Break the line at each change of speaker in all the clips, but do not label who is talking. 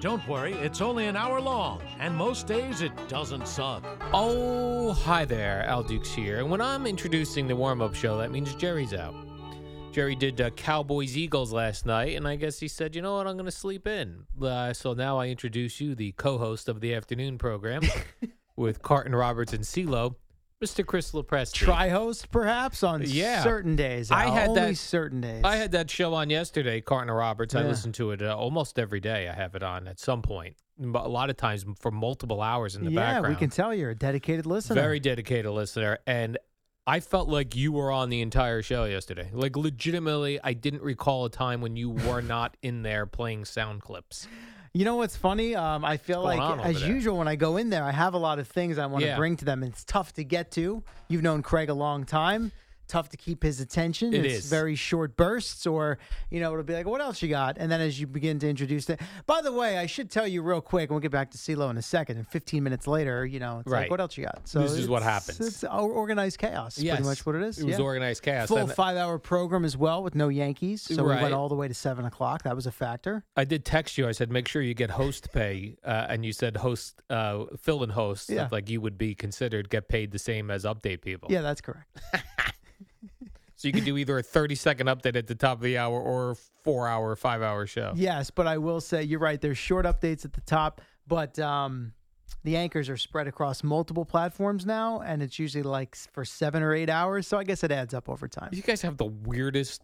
Don't worry, it's only an hour long, and most days it doesn't suck.
Oh, hi there, Al Dukes here. And when I'm introducing the warm up show, that means Jerry's out. Jerry did uh, Cowboys Eagles last night, and I guess he said, you know what, I'm going to sleep in. Uh, so now I introduce you, the co host of the afternoon program with Carton Roberts and CeeLo, Mr. Chris LaPresti.
tri-host perhaps on
Yeah.
certain days.
I
Al,
had
only
that-
certain days.
I had that show on yesterday, Carton Roberts. I
Yeah.
listen to it uh, almost every day. I have it on at some point, m- a lot of times for multiple hours in the
yeah,
background.
we can tell you're a dedicated listener.
Very dedicated listener. And I felt like you were on the entire show yesterday. Like, legitimately, I didn't recall a time when you were not in there playing sound clips.
You know what's funny? Um, I feel
What's
like,
going on
as
over there?
usual, when I go in there, I have a lot of things I want to
Yeah.
bring to them, and it's tough to get to. You've known Craig a long time. Tough to keep his attention.
It
it's
is.
very short bursts, or you know, it'll be like, "What else you got?" And then as you begin to introduce it. By the way, I should tell you real quick. and We'll get back to CeeLo in a second. And 15 minutes later, you know, it's
Right.
like, "What else you got?" So
This is what
it's-
happens.
It's o- organized chaos. is
Yes.
pretty much what it is.
It was
Yeah.
organized chaos.
Full
And
five hour program as well with no Yankees. So we
Right.
went all the way to seven o'clock. That was a factor.
I did text you. I said, make sure you get host pay. Uh, and you said, host, uh, fill in hosts.
Yeah.
Like, you would be considered get paid the same as update people.
Yeah, that's correct.
So you could do either a 30 second update at the top of the hour or a four hour, five hour show.
Yes, but I will say you're right. There's short updates at the top, but um, the anchors are spread across multiple platforms now, and it's usually like s- for seven or eight hours. So I guess it adds up over time.
You guys have the weirdest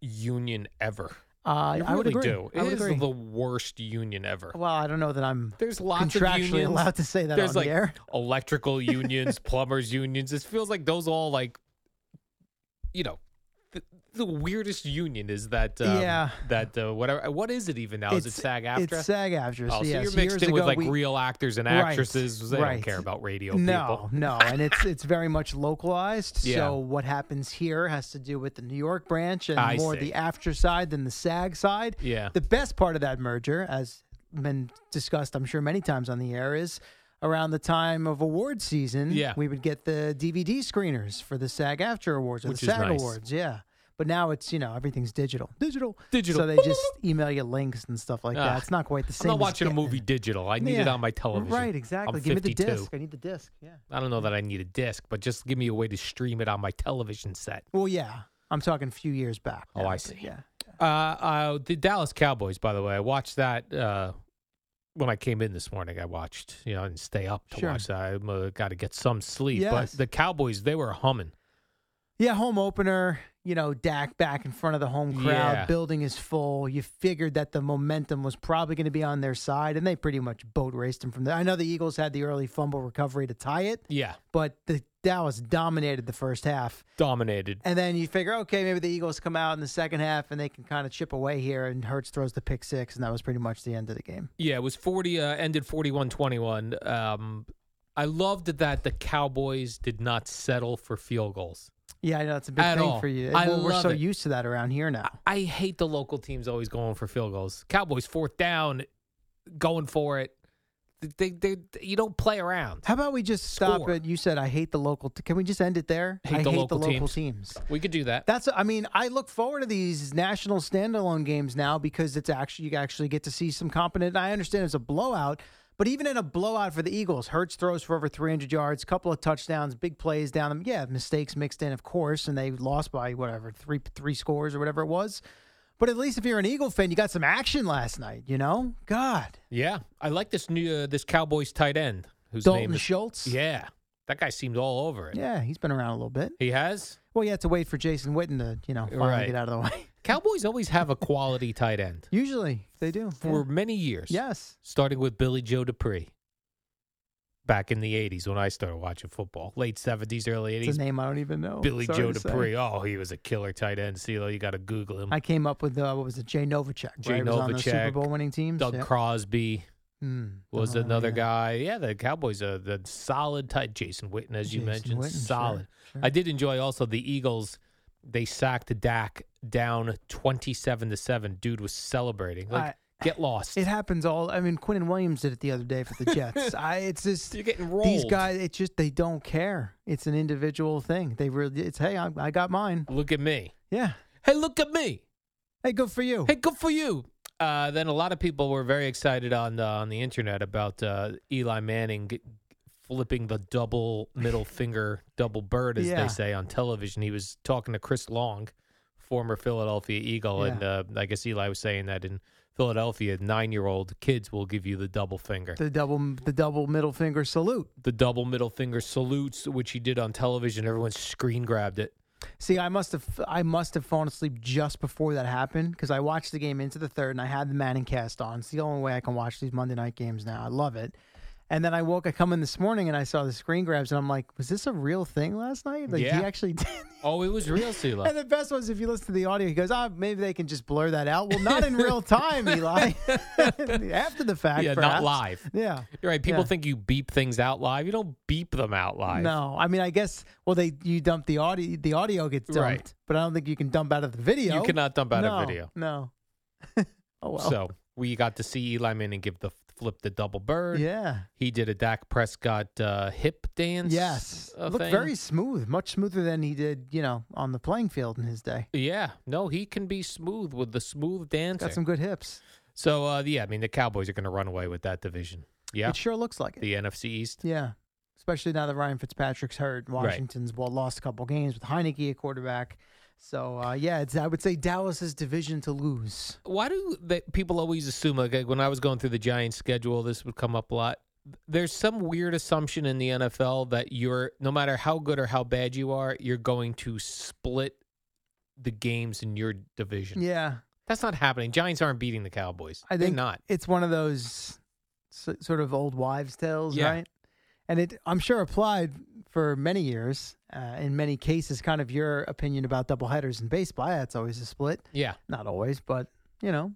union ever.
Uh,
You
I would
really
agree.
do.
I
It
would
is
agree.
the worst union ever.
well, I don't know that I'm
There's lots of
contractually
unions.
allowed to say that
There's
on
like
the air.
electrical unions, plumbers unions. This feels like those all like, you know, the, the weirdest union is that um,
Yeah.
that uh, whatever. What is it even now? is it SAG AFTRA?
It's SAG after.
Oh, so you're
yes,
mixed
years
in with
ago,
like
we-
real actors and
Right,
actresses. They don't
right.
care about radio
No,
people.
no, and it's it's very much localized.
Yeah.
So what happens here has to do with the New York branch and
I
more
see.
the after side than the SAG side.
Yeah.
The best part of that merger, as been discussed, I'm sure many times on the air, is around the time of award season.
Yeah.
we would get the DVD screeners for the SAG after awards or
Which
the
is
SAG
nice.
awards. Yeah. But now it's you know everything's digital, digital,
Digital.
So they just email you links and stuff like
Ah,
that. It's not quite the
I'm
same.
not
as
watching a
getting
movie
it.
digital. I need it
Yeah.
on my television.
Right, exactly.
I'm
Give me the
52.
disc. I need the disc. Yeah.
I don't know that I need a disc, but just give me a way to stream it on my television set.
Well, yeah. I'm talking a few years back.
Oh,
now,
I
but
see.
Yeah.
Uh, uh, the Dallas Cowboys, by the way, I watched that uh, when I came in this morning. I watched, you know, I didn't stay up to
Sure.
watch that. I uh, got to get some sleep.
Yes.
But the Cowboys, they were humming.
Yeah, home opener, you know, Dak back in front of the home crowd,
Yeah.
building is full. You figured that the momentum was probably going to be on their side, and they pretty much boat raced them from there. I know the Eagles had the early fumble recovery to tie it,
Yeah,
but the Dallas dominated the first half.
dominated.
And then you figure, okay, maybe the Eagles come out in the second half and they can kind of chip away here, and Hertz throws the pick six, and that was pretty much the end of the game.
Yeah, it was 40, uh, ended 41 21. Um, I loved that the Cowboys did not settle for field goals.
Yeah, I know it's a big
At
thing
all.
for you.
I
well, we're
love
so
it.
used to that around here now.
I hate the local teams always going for field goals. Cowboys, fourth down, going for it. They, they, they- you don't play around.
How about we just stop
Score.
it? You said I hate the local. T- can we just end it there?
Hate
I
the
hate
local
the local
teams.
teams.
We could do that.
That's. I mean, I look forward to these national standalone games now because it's actually you actually get to see some competent. I understand it's a blowout, but even in a blowout for the Eagles, Hertz throws for over 300 yards, couple of touchdowns, big plays down them. Yeah, mistakes mixed in, of course, and they lost by whatever three three scores or whatever it was. But at least if you're an Eagle fan, you got some action last night. You know, God.
Yeah, I like this new uh, this Cowboys tight end. whose name
Dalton
is
Schultz.
Yeah, that guy seemed all over it.
Yeah, he's been around a little bit.
He has.
Well, you have to wait for Jason Witten to, you know, finally
Right.
get out of the way.
Cowboys always have a quality tight end
Usually they do.
for
yeah.
many years.
Yes.
starting with Billy Joe Dupree. Back in the '80s, when I started watching football, late '70s, early
It's
'80s,
a name I don't even know.
Billy
Sorry
Joe
to say.
Dupree. Oh, he was a killer tight end. CeeLo, you got to Google him.
I came up with, uh, what was it, Jay Novacek.
Jay
right? He was on the Super
Novacek,
Bowl winning teams.
Doug
yeah.
Crosby
Mm,
was
oh,
another
yeah.
guy. Yeah, the Cowboys are the solid tight. Jason Witten, as you
Jason
mentioned,
Witten, sure,
solid.
sure.
I did enjoy also the Eagles. They sacked Dak down twenty-seven to seven. Dude was celebrating. Like, get lost.
It happens all. I mean, Quinn Williams did it the other day for the Jets. I, it's just
You're getting rolled.
these guys. It's just they don't care. It's an individual thing. They really. It's hey, I, I got mine.
Look at me.
Yeah.
Hey, look at me.
Hey, good for you.
Hey, good for you. Uh, then a lot of people were very excited on the, on the internet about uh, Eli Manning g flipping the double middle finger, double bird, as
Yeah.
they say on television. He was talking to Chris Long, former Philadelphia Eagle, and uh, I guess Eli was saying that in Philadelphia, nine year old kids will give you the double finger.
The double, the double middle finger salute.
the double middle finger salutes, which he did on television, everyone screen grabbed it.
See, I must have I must have fallen asleep just before that happened because I watched the game into the third and I had the Manning cast on. It's the only way I can watch these Monday night games now. I love it. And then I woke. I come in this morning and I saw the screen grabs and I'm like, was this a real thing last night? Like
Yeah.
he actually did.
Oh, it was real, CeeLo.
And the best was if you listen to the audio, he goes, "Ah, maybe they can just blur that out." Well, not in real time, Eli. After the fact,
Yeah, not
perhaps.
live.
Yeah,
You're right. People
Yeah.
think you beep things out live. You don't beep them out live.
No, I mean, I guess. Well, they you dump the audio, the audio gets dumped,
Right.
but I don't think you can dump out of the video.
You cannot dump out a
no,
video.
No. oh well.
So we got to see Eli Manning give the flip the double bird.
yeah.
He did a Dak Prescott uh, hip dance.
Yes.
uh,
Looked
thing.
very smooth, much smoother than he did, you know, on the playing field in his day.
Yeah. No, he can be smooth with the smooth dancing.
Got some good hips.
so uh, yeah, I mean the Cowboys are going to run away with that division. Yeah.
It sure looks like it.
the NFC East.
Yeah. Especially now that Ryan Fitzpatrick's hurt. Washington's well lost a couple games with Heineke at quarterback. So uh, yeah, it's I would say Dallas's division to lose.
Why do they, people always assume like, like, when I was going through the Giants schedule, this would come up a lot. There's some weird assumption in the NFL that you're no matter how good or how bad you are, you're going to split the games in your division.
Yeah,
That's not happening. Giants aren't beating the Cowboys.
I
They're
think
not.
It's one of those s- sort of old wives' tales,
Yeah.
right? And it, I'm sure, applied for many years. Uh, in many cases, kind of your opinion about doubleheaders in baseball. Yeah, It's always a split,
Yeah.
not always, but you know,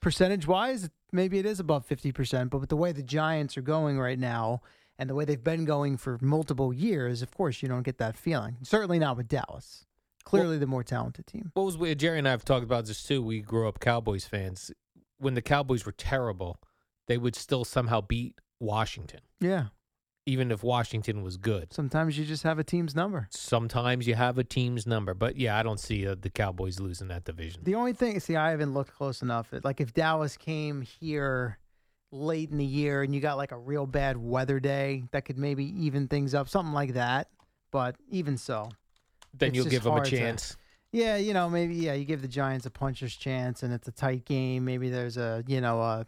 percentage wise, maybe it is above 50%. But with the way the Giants are going right now and the way they've been going for multiple years, of course, you don't get that feeling. Certainly not with Dallas. Clearly, the more talented team.
What was weird? Jerry and I have talked about this too. We grew up Cowboys fans. When the Cowboys were terrible, they would still somehow beat Washington,
Yeah.
even if Washington was good.
Sometimes you just have a team's number.
Sometimes you have a team's number, but yeah, I don't see uh, the Cowboys losing that division.
The only thing, see, I haven't looked close enough. Like, if Dallas came here late in the year and you got like a real bad weather day, that could maybe even things up, something like that. But even so,
then
it's
you'll
just
give them a
hard to-
chance.
yeah, you know, maybe yeah, you give the Giants a puncher's chance and it's a tight game. Maybe there's a you know a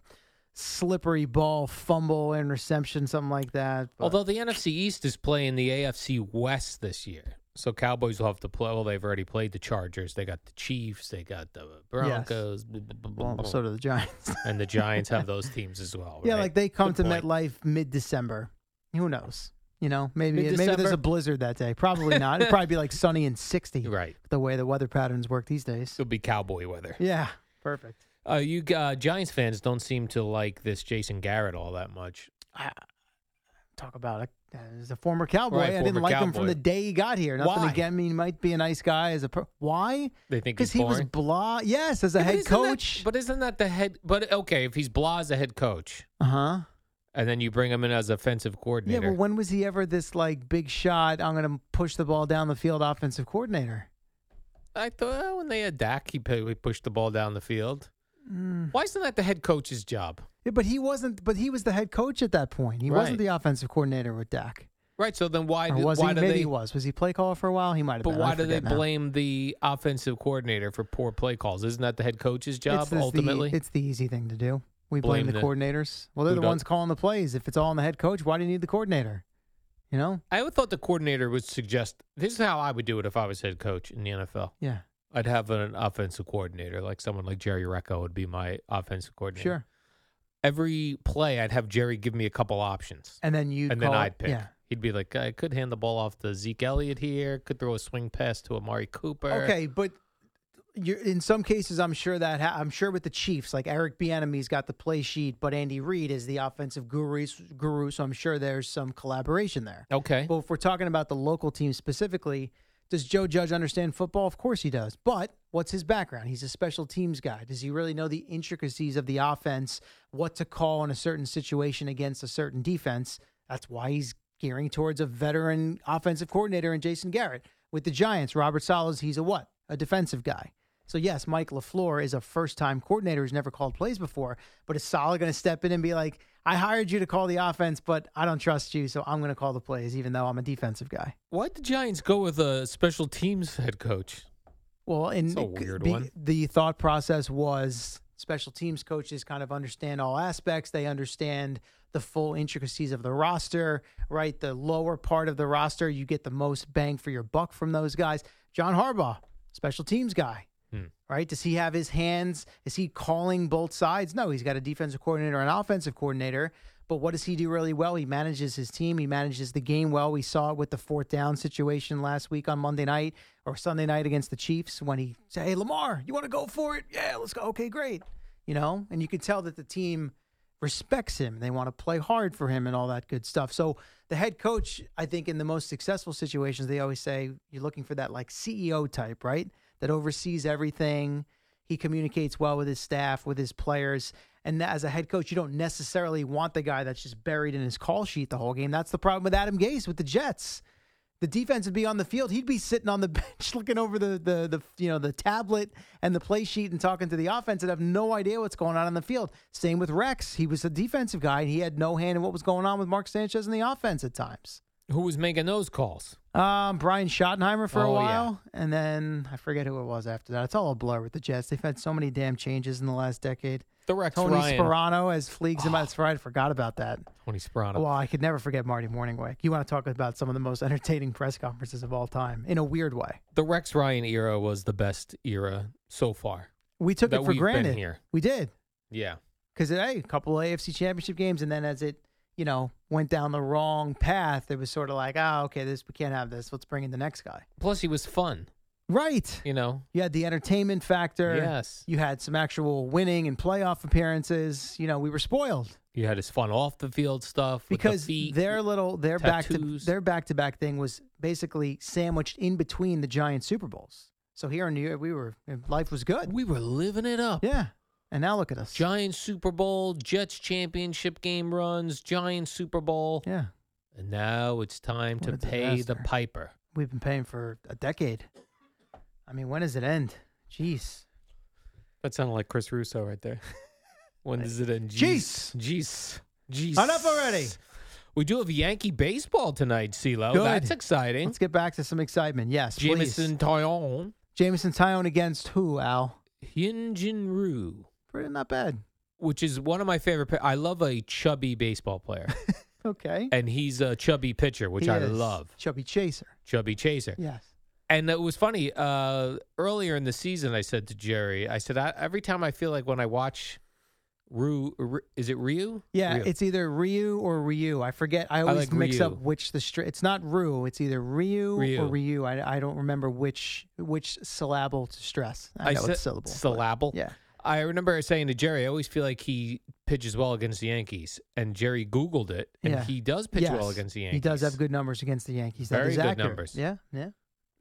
slippery ball, fumble, interception, something like that. But
Although the NFC East is playing the AFC West this year, so Cowboys will have to play. Well, they've already played the Chargers. They got the Chiefs. They got the Broncos. blah, blah, blah, blah,
well,
blah.
so do the Giants.
and the Giants have those teams as well.
yeah,
right?
like they come
Good
to
point.
MetLife mid December. Who knows? You know, maybe maybe there's
Mid-December?
a blizzard that day. Probably not. It'd probably be like sunny and sixty.
Right.
the way the weather patterns work these days.
It'll be cowboy weather.
Yeah, perfect.
Uh, you uh, Giants fans don't seem to like this Jason Garrett all that much.
Talk about it. As a former cowboy,
Right,
I
former
didn't like him
cowboy.
from the day he got here. Nothing
Why?
again. I mean, he might be a nice guy as a per- why?
They think he's
Because he was
boring.
blah. Yes, as a
Yeah, but
head
isn't that-
coach.
but isn't that the head? But okay, if he's Blah as a head coach,
uh huh.
and then you bring him in as offensive
Yeah,
coordinator.
but when was he ever this like big shot? I'm going to push the ball down the field, offensive coordinator.
I thought uh, when they had Dak, he, pa- he pushed the ball down the field.
Mm.
Why isn't that the head coach's job?
Yeah, but he wasn't. But he was the head coach at that point. He wasn't
Right.
the offensive coordinator with Dak.
Right. So then why?
Or
do-
was
why
he?
do
Maybe
they?
he was. Was he play caller for a while? He might have
But
been. I
why do they
forget now.
blame the offensive coordinator for poor play calls? Isn't that the head coach's job
It's- it's the-
ultimately?
it's the easy thing to do. We blame,
Blame
the
the-
coordinators. Well, they're
who
the
does-
ones calling the plays. If it's all on the head coach, why do you need the coordinator? You know?
I would thought the coordinator would suggest this is how I would do it if I was head coach in the NFL.
Yeah.
I'd have an offensive coordinator, like someone like Jerry Recco would be my offensive coordinator.
Sure.
Every play, I'd have Jerry give me a couple options,
And then you
and
call
then
it-
I'd pick.
Yeah.
He'd be like, I could hand the ball off to Zeke Elliott here, could throw a swing pass to Amari Cooper.
Okay, but you're, in some cases, I'm sure that ha- I'm sure with the Chiefs, like Eric Bieniemy's got the play sheet, but Andy Reid is the offensive guru, guru. So I'm sure there's some collaboration there.
Okay.
But if we're talking about the local team specifically, does Joe Judge understand football? Of course he does. But what's his background? He's a special teams guy. Does he really know the intricacies of the offense, what to call in a certain situation against a certain defense? That's why he's gearing towards a veteran offensive coordinator in Jason Garrett. With the Giants, Robert Salas, he's a what? A defensive guy. So yes, Mike LaFleur is a first-time coordinator who's never called plays before, but is Salah going to step in and be like, "I hired you to call the offense, but I don't trust you, so I'm going to call the plays even though I'm a defensive guy."
Why'd the Giants go with a special teams head coach?
Well, and
It's a
it could
weird
be-
one.
the thought process was special teams coaches kind of understand all aspects. They understand the full intricacies of the roster, right? The lower part of the roster, you get the most bang for your buck from those guys. John Harbaugh, special teams guy. Right? Does he have his hands? Is he calling both sides? No, he's got a defensive coordinator and an offensive coordinator. But what does he do really well? He manages his team. He manages the game well. We saw it with the fourth down situation last week on Monday night or Sunday night against the Chiefs when he said, Hey, Lamar, you want to go for it? Yeah, let's go. Okay, great. You know, and you could tell that the team respects him. They want to play hard for him and all that good stuff. So the head coach, I think, in the most successful situations, they always say you're looking for that like CEO type, right? That oversees everything. He communicates well with his staff, with his players. And as a head coach, you don't necessarily want the guy that's just buried in his call sheet the whole game. That's the problem with Adam Gase with the Jets the defense would be on the field. He'd be sitting on the bench looking over the the, the you know the tablet and the play sheet and talking to the offense and have no idea what's going on on the field. Same with Rex. He was a defensive guy and he had no hand in what was going on with Mark Sanchez and the offense at times.
Who was making those calls?
Um, Brian Schottenheimer for a
Oh, yeah.
while, and then I forget who it was after that. It's all a blur with the Jets. They've had so many damn changes in the last decade.
The Rex
Tony
Ryan. Ah.
Sperano as Fleegs in my that's right. I forgot about that.
Tony Sperano.
Well, I could never forget Marty Morningwake. You want to talk about some of the most entertaining press conferences of all time in a weird way.
the Rex Ryan era was the best era so far.
We took
That
it for
we've been
granted.
here.
We did
Yeah.
because hey, a couple of AFC Championship games, and then as it you know went down the wrong path, it was sort of like, oh, okay, this we can't have this. Let's bring in the next guy.
Plus, he was fun.
Right.
You know.
You had the entertainment factor.
Yes.
You had some actual winning and playoff appearances. You know, we were spoiled.
You had his fun off the field stuff with the
because
feet.
their little their back to
tattoos.
their back to back thing was basically sandwiched in between the giant Super Bowls. So here in New York, we were life was good.
we were living it up.
yeah, and now look at us.
Giant Super Bowl, Jets championship game runs, Giant Super Bowl,
yeah,
and now it's time
What
to
a
pay the
disaster.
piper.
we've been paying for a decade. I mean, when does it end? Jeez.
That sounded like Chris Russo right there. when does it end?
Jeez.
Jeez. Jeez.
Enough already.
We do have Yankee baseball tonight, CeeLo.
Good.
That's exciting.
Let's get back to some excitement. Yes, please.
Jameson Tyone,
Jameson Tyone against who? Al.
Hyunjin Ryu,
Pretty not bad.
which is one of my favorite. pi- I love a chubby baseball player,
Okay.
and he's a chubby pitcher, which
He
I
is
love.
Chubby Chaser.
Chubby chaser.
Yes.
And it was funny. Uh, earlier in the season, I said to Jerry, I said, I, every time I feel like when I watch Ryu, Ru- is it Ryu?
Yeah,
Ryu.
it's either Ryu or Ryu. I forget. I always
like
mix
Ryu.
up which the str- it's not Ryu. It's either Ryu,
Ryu.
or Ryu. I, I don't remember which which syllable to stress. I, know
said-
it's syllable. but-
Syllable.
Yeah.
I remember saying to Jerry, I always feel like he pitches well against the Yankees. And Jerry Googled it, and
Yeah.
he does pitch well
Yes.
against the Yankees.
He does have good numbers against the Yankees. That
Very
is
good
accurate.
numbers.
Yeah, yeah.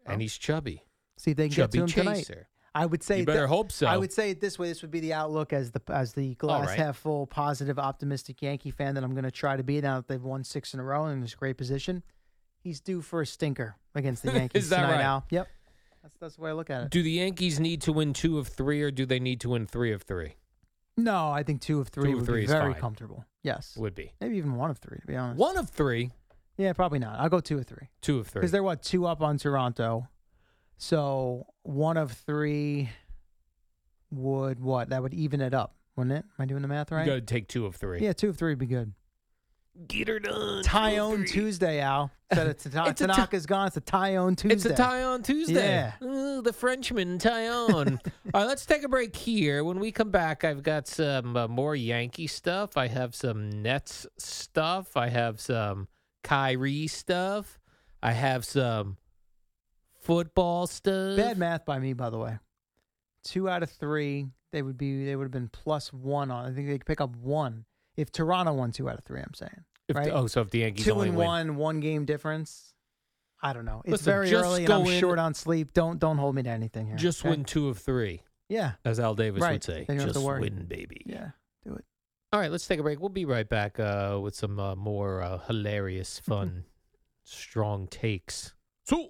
And he's chubby.
See if they can
Chubby
get to him tonight.
chaser.
I would say
You better
that-
hope so.
I would say it this way. This would be the outlook as the as the glass
right.
half full, positive, optimistic Yankee fan that I'm going to try to be. Now that they've won six in a row and in this great position, he's due for a stinker against the
Is
Yankees
that
tonight.
right?
Al. Yep, that's that's the way I look at it.
Do the Yankees need to win two of three, or do they need to win three of three?
No, I think two of three
Two of
would
three
be
is
very
fine.
comfortable. Yes,
Would be
maybe even one of three. To be honest,
one of three,
yeah, probably not. I'll go two of three
two of three.
because they're what two up on Toronto, so one of three would what that would even it up, wouldn't it? Am I doing the math right?
You got to take two of three.
Yeah, two of three would be good.
Get her done.
Tyone Tuesday, Al. Said it's, Tana-
It's a ti-
Tanaka's gone. It's a Tyone Tuesday.
It's a tie on Tuesday.
Yeah.
Ooh, the Frenchman tie on. All right, let's take a break here. When we come back, I've got some uh, more Yankee stuff. I have some Nets stuff. I have some Kyrie stuff. I have some football stuff.
Bad math by me, by the way. Two out of three, they would be. They would have been plus one on. I think they could pick up one if Toronto won two out of three. I'm saying
If the-
right.
oh, so if the Yankees
two
only
and
win.
one, one game difference. I don't know. It's
Listen,
very
just
early, and I'm
go in-
short on sleep. Don't don't hold me to anything here.
just
okay?
win two of three,
Yeah,
as Al Davis
Right.
would say.
Then you don't have
Just
to worry.
win, baby.
yeah. Do it.
All right, let's take a break. We'll be right back uh, with some uh, more uh, hilarious, fun, strong takes. So.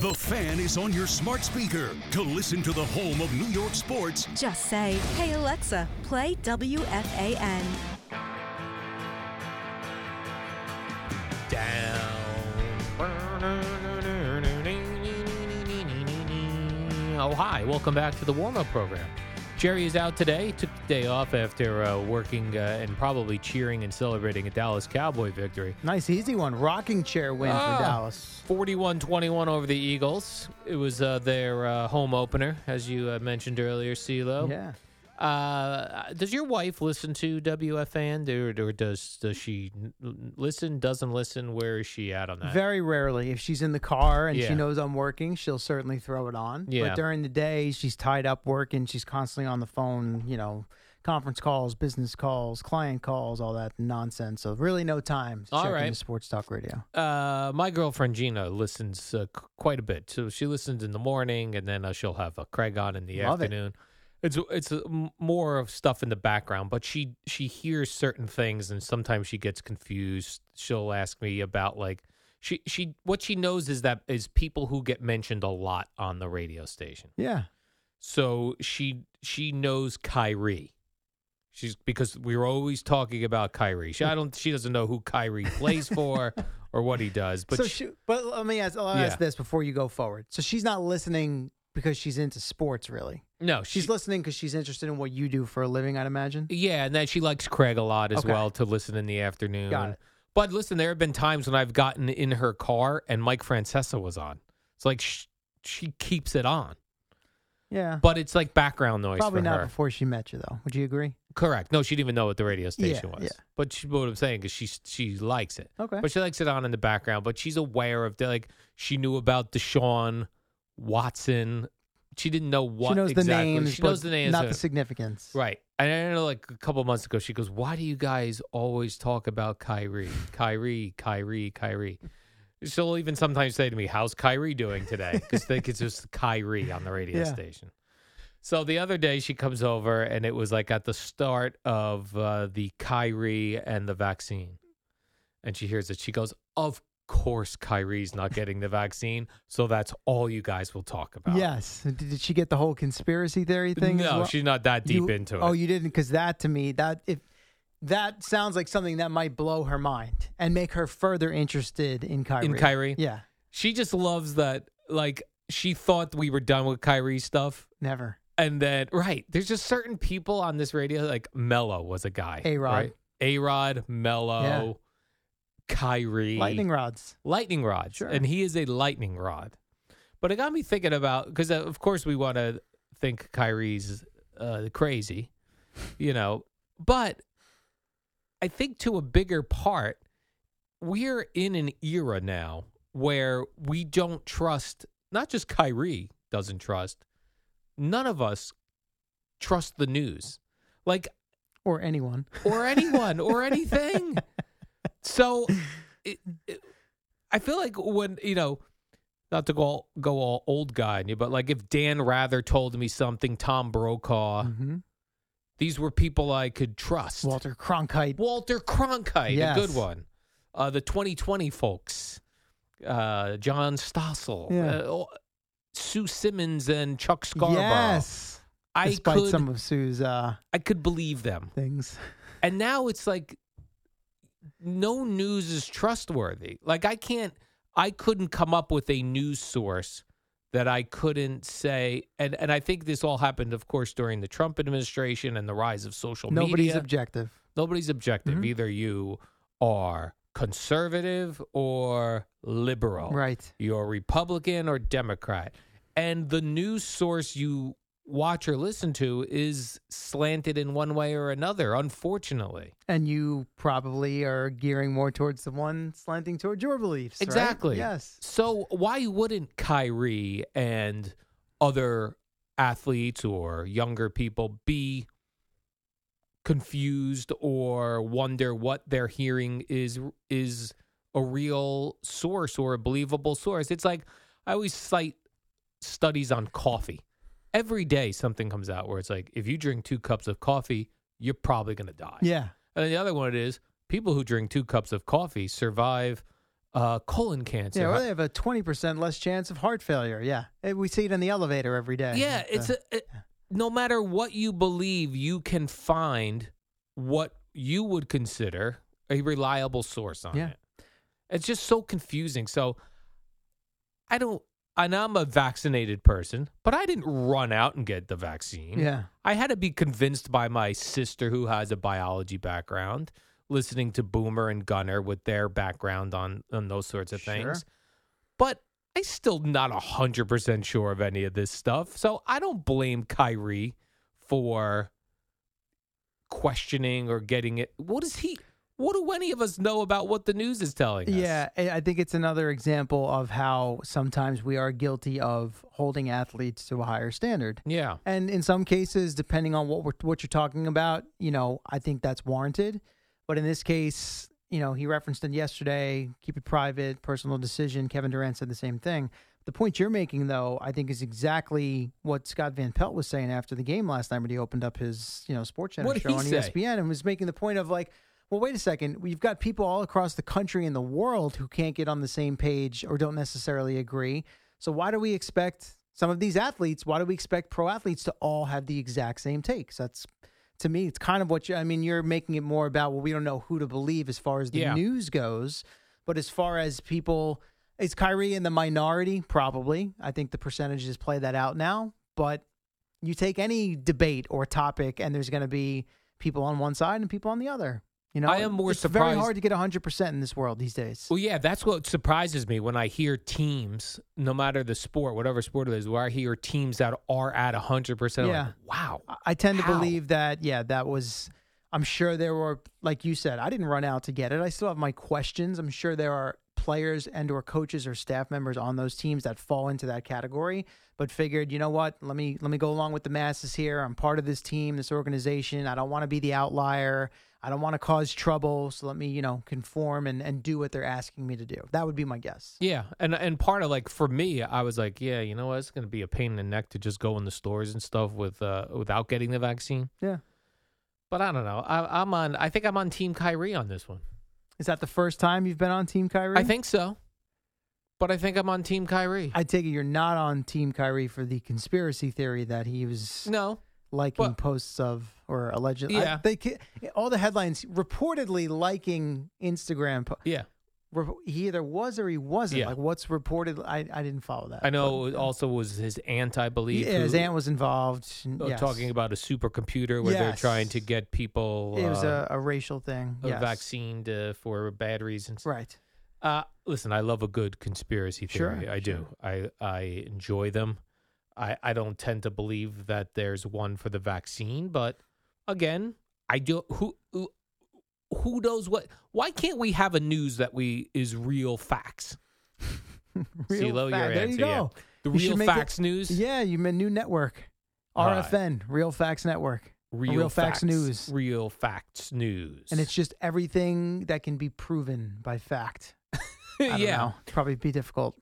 The fan is on your smart speaker to listen to the home of New York sports
Just say, hey Alexa, play WFAN.
down. Oh, hi. Welcome back to the warm up program. Jerry is out today. Took the day off after uh, working uh, and probably cheering and celebrating a Dallas Cowboy victory.
Nice easy one. Rocking chair win
Ah.
for Dallas.
41 21 over the Eagles. It was uh, their uh, home opener, as you uh, mentioned earlier, CeeLo.
Yeah.
Uh, does your wife listen to WFAN, or, or does does she n- listen? Doesn't listen? Where is she at on that?
Very rarely. If she's in the car and
Yeah.
she knows I'm working, she'll certainly throw it on.
Yeah.
But during the day, she's tied up working. She's constantly on the phone, you know, conference calls, business calls, client calls, all that nonsense. So really no time to
All
check
right.
into sports talk radio.
uh, my girlfriend Gina listens uh, c- quite a bit. So she listens in the morning, and then uh, she'll have uh, Craig on in the
Love it.
afternoon. It's it's uh, m- more of stuff in the background, but she she hears certain things, and sometimes she gets confused. She'll ask me about like she she what she knows is that is people who get mentioned a lot on the radio station.
Yeah.
So she she knows Kyrie. She's because we were always talking about Kyrie. She I don't she doesn't know who Kyrie plays for or what he does, but
so
she,
she, but let me ask, I'll
Yeah.
ask this before you go forward. So she's not listening because she's into sports, really.
no,
She's
she- E
listening because she's interested in what you do for a living, I'd imagine.
Yeah, and then she likes Craig a lot as
Okay.
well to listen in the afternoon.
Got it.
But listen, there have been times when I've gotten in her car and Mike Francesa was on. It's like she, she keeps it on,
Yeah.
but it's like background noise
Uh-huh. Probably
for
not
her.
before she met you, though. Would you agree?
Correct. No, she didn't even know what the radio station
Yeah,
was.
yeah.
But she, what I'm saying is she she likes it.
Okay.
But she likes it on in the background. But she's aware of the, like she knew about Deshaun Watson. She didn't know what
she knows
exactly.
the names,
she knows
but
the names.
not
of-
the significance.
right. And I know like a couple months ago she goes, "Why do you guys always talk about Kyrie? Kyrie, Kyrie, Kyrie." She'll even sometimes say to me, "How's Kyrie doing today?" Because think it's just Kyrie on the radio
Yeah.
station. So the other day she comes over and it was like at the start of uh, the Kyrie and the vaccine, and she hears it. She goes, "Of course, Kyrie's not getting the vaccine, so that's all you guys will talk about."
Yes. Did did she get the whole conspiracy theory thing? as
No,
well?
she's not that deep
You-
into it.
Oh, you didn't? Because that to me, that if that sounds like something that might blow her mind and make her further interested in Kyrie.
in Kyrie.
Yeah.
She just loves that. Like she thought we were done with Kyrie stuff,
Never.
and then right there's just certain people on this radio. Like Mello was a guy.
A-Rod.
A Rod, Mello, Kyrie,
Lightning rods.
lightning rods,
Sure.
and he is a lightning rod. But it got me thinking about because uh, of course we want to think Kyrie's uh, crazy, you know, but I think to a bigger part, we're in an era now where we don't trust. Not just Kyrie doesn't trust. None of us trust the news. Like
Or anyone.
or anyone or anything. So it, it- I feel like when, you know, not to go all, go all Uh, old guy on you, but like if Dan Rather told me something, Tom Brokaw,
Mhm.
These were people I could trust.
Mm. Walter Cronkite.
Walter Cronkite,
Yes.
a good one. Uh, the 2020 folks, uh, John Stossel,
Yeah.
uh, oh, Sue Simmons, and Chuck Scarborough.
Yes.
I
Despite
could,
some of Sue's uh,
I could believe them.
things.
And now it's like no news is trustworthy. Like I can't I couldn't come up with a news source that I couldn't say and and I think this all happened of course during the Trump administration and the rise of social
Nobody's Mm-hmm.
media.
objective.
Nobody's objective. Either you are conservative or liberal.
Right.
You're Republican or Democrat. And the news source you watch or listen to is slanted in one way or another, unfortunately.
And you probably are gearing more towards the one slanting towards your beliefs. right?
Exactly.
Yes.
So why wouldn't Kyrie and other athletes or younger people be confused or wonder what they're hearing is is a real source or a believable source? It's like I always cite studies on coffee. Every day something comes out where it's like if you drink 2 cups of coffee, you're probably going to die.
Yeah.
And the other one is people who drink two cups of coffee survive uh, colon cancer.
yeah. Or they have a 20% less chance of heart failure. Yeah. And We see it in the elevator every day.
Yeah, it's
It's, uh,
a, it- no matter what you believe, you can find what you would consider a reliable source on
Oh, Yeah.
it. It's just so confusing. So I don't, and I'm a vaccinated person, but I didn't run out and get the vaccine.
Yeah.
I had to be convinced by my sister, who has a biology background, listening to Boomer and Gunner with their background on on those sorts of
Sure.
things. But I still not hundred percent sure of any of this stuff, so I don't blame Kyrie for questioning or getting it. What is he? What do any of us know about what the news is telling us?
Yeah, I I think it's another example of how sometimes we are guilty of holding athletes to a higher standard.
yeah.
And in some cases, depending on what we're, what you're talking about, you know, I think that's warranted. But in this case, you know, he referenced it yesterday. Keep it private, personal decision. Kevin Durant said the same thing. The point you're making, though, I think is exactly what Scott Van Pelt was saying after the game last night when he opened up his, you know, sports channel
What'd
show
he
on E
say?
ESPN and was making the point of like, well, wait a second, we've got people all across the country and the world who can't get on the same page or don't necessarily agree. So why do we expect some of these athletes? Why do we expect pro athletes to all have the exact same takes? That's to me, it's kind of what you. I mean, you're making it more about well, we don't know who to believe as far as the
Yeah.
news goes, but as far as people, is Kyrie in the minority? Probably. I think the percentages play that out now, but you take any debate or topic and there's going to be people on one side and people on the other you know
I am more
it's very
surprised-
hard to get 100% in this world these days
Well, yeah, that's what surprises me when I hear teams, no matter the sport, whatever sport it is, where I hear teams that are at 100%. I'm
Yeah.
Like, wow.
I- i tend to
How?
believe that yeah that was i'm sure there were like you said i didn't run out to get it i still have my questions i'm sure there are players and or coaches or staff members on those teams that fall into that category but figured you know what let me let me go along with the masses here i'm part of this team this organization i don't want to be the outlier i don't want to cause trouble so let me you know conform and and do what they're asking me to do that would be my guess
Yeah. And and part of like for me, I was like, yeah, you know what? It's going to be a pain in the neck to just go in the stores and stuff with uh, without getting the vaccine.
yeah
But I don't know. I, I'm on. I think I'm on Team Kyrie on this one.
Is that the first time you've been on Team Kyrie?
I think so. But I think I'm on Team Kyrie.
I take it you're not on Team Kyrie for the conspiracy theory that he was
no.
liking
but-
posts of or allegedly.
Yeah.
they ca- all the headlines reportedly liking Instagram. Po-
Yeah.
re- he either was or he wasn't.
Yeah.
Like what's reported? I, I didn't follow that.
I know. it Also, was his aunt, I
but-
believe,
yeah, his
who-
aunt was involved. and-
uh,
yes.
talking about a supercomputer where they're
Yes.
trying to get people.
it was
uh,
a, a racial thing.
a
yes.
vaccine to, for bad reasons.
Right.
Uh, listen, I love a good conspiracy
Sure,
theory. I do. I I enjoy them. I I don't tend to believe that there's one for the vaccine, but again, I do. Who who, who knows what? Why can't we have a news that we is real facts?
Real
CeeLo, your
fact. There you
answer, yeah.
go.
The
You should
real
make it-
facts news?
Yeah, you meant new network.
Right.
RFN, Real Facts Network.
Real,
Facts News.
Real facts news.
And it's just everything that can be proven by fact. I don't
yeah.
know. Probably be difficult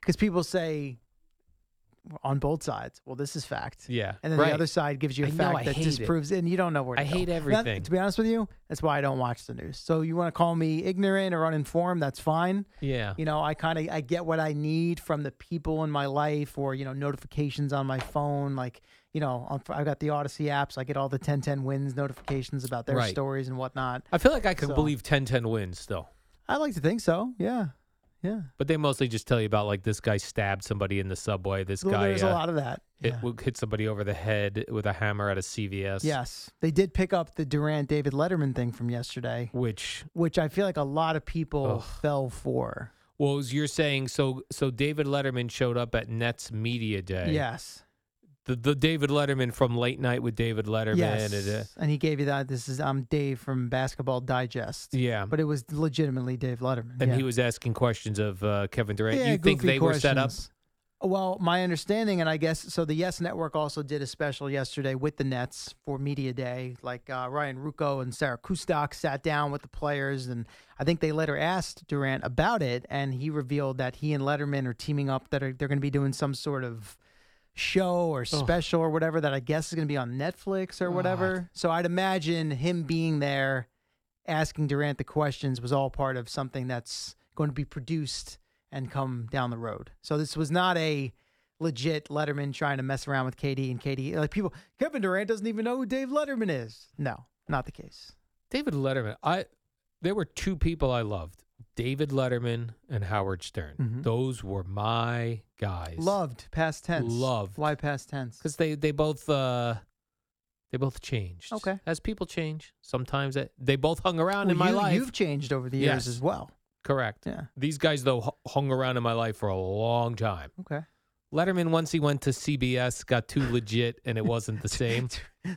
because people say on both sides. Well, this is fact.
Yeah,
And then
right.
the other side gives you a
I know,
fact
I
that
hate it.
disproves it. and you don't know where to
I
go.
hate
Now,
everything.
to be honest with you, that's why I don't watch the news. So you want to call me ignorant or uninformed, that's fine.
Yeah.
You know, I kind of I get what I need from the people in my life or, you know, notifications on my phone like, you know, on- I've got the Odyssey apps. I get all the 1010 wins notifications about their
Right.
stories and whatnot.
I feel like I could
So-
believe 10-10 wins still.
I like to think so. Yeah. Yeah.
But they mostly just tell you about like this guy stabbed somebody in the subway. This
Well,
guy
there's
uh,
a lot of that.
hit,
Yeah.
w- hit somebody over the head with a hammer at a CVS.
Yes. They did pick up the Durant David Letterman thing from yesterday,
Which
which I feel like a lot of people
Ugh.
fell for.
well, as you're saying, so so David Letterman showed up at Nets media day.
Yes.
the, the David Letterman from Late Night with David Letterman.
yes.
and, uh,
and he gave you that. This is I'm Dave from Basketball Digest.
yeah,
But it was legitimately Dave Letterman.
and
yeah.
he was asking questions of uh, Kevin Durant.
Yeah,
you think
goofy
they were set up?
questions. Well, my understanding, and I guess so. The Yes Network also did a special yesterday with the Nets for Media Day. Like uh, Ryan Rucco and Sarah Kustak sat down with the players, and I think they later asked Durant about it, and he revealed that he and Letterman are teaming up. That are, they're going to be doing some sort of show or special or whatever that I guess is going to be on Netflix or whatever. So I'd imagine him being there asking Durant the questions was all part of something that's going to be produced and come down the road. So this was not a legit Letterman trying to mess around with KD and KD. Like people, Kevin Durant doesn't even know who Dave Letterman is. No, not the case.
David Letterman. I there were two people I loved: David Letterman and Howard Stern.
Mhm.
Those were my guys.
Loved past tense.
Loved.
Why past tense?
because they they both uh, they both changed.
Okay.
as people change, sometimes it, they both hung around
Well,
in my
you,
life.
you've changed over the years
Yes.
as well.
Correct.
Yeah.
These guys though hu- hung around in my life for a long time.
Okay.
Letterman once he went to CBS got too legit and it wasn't the same.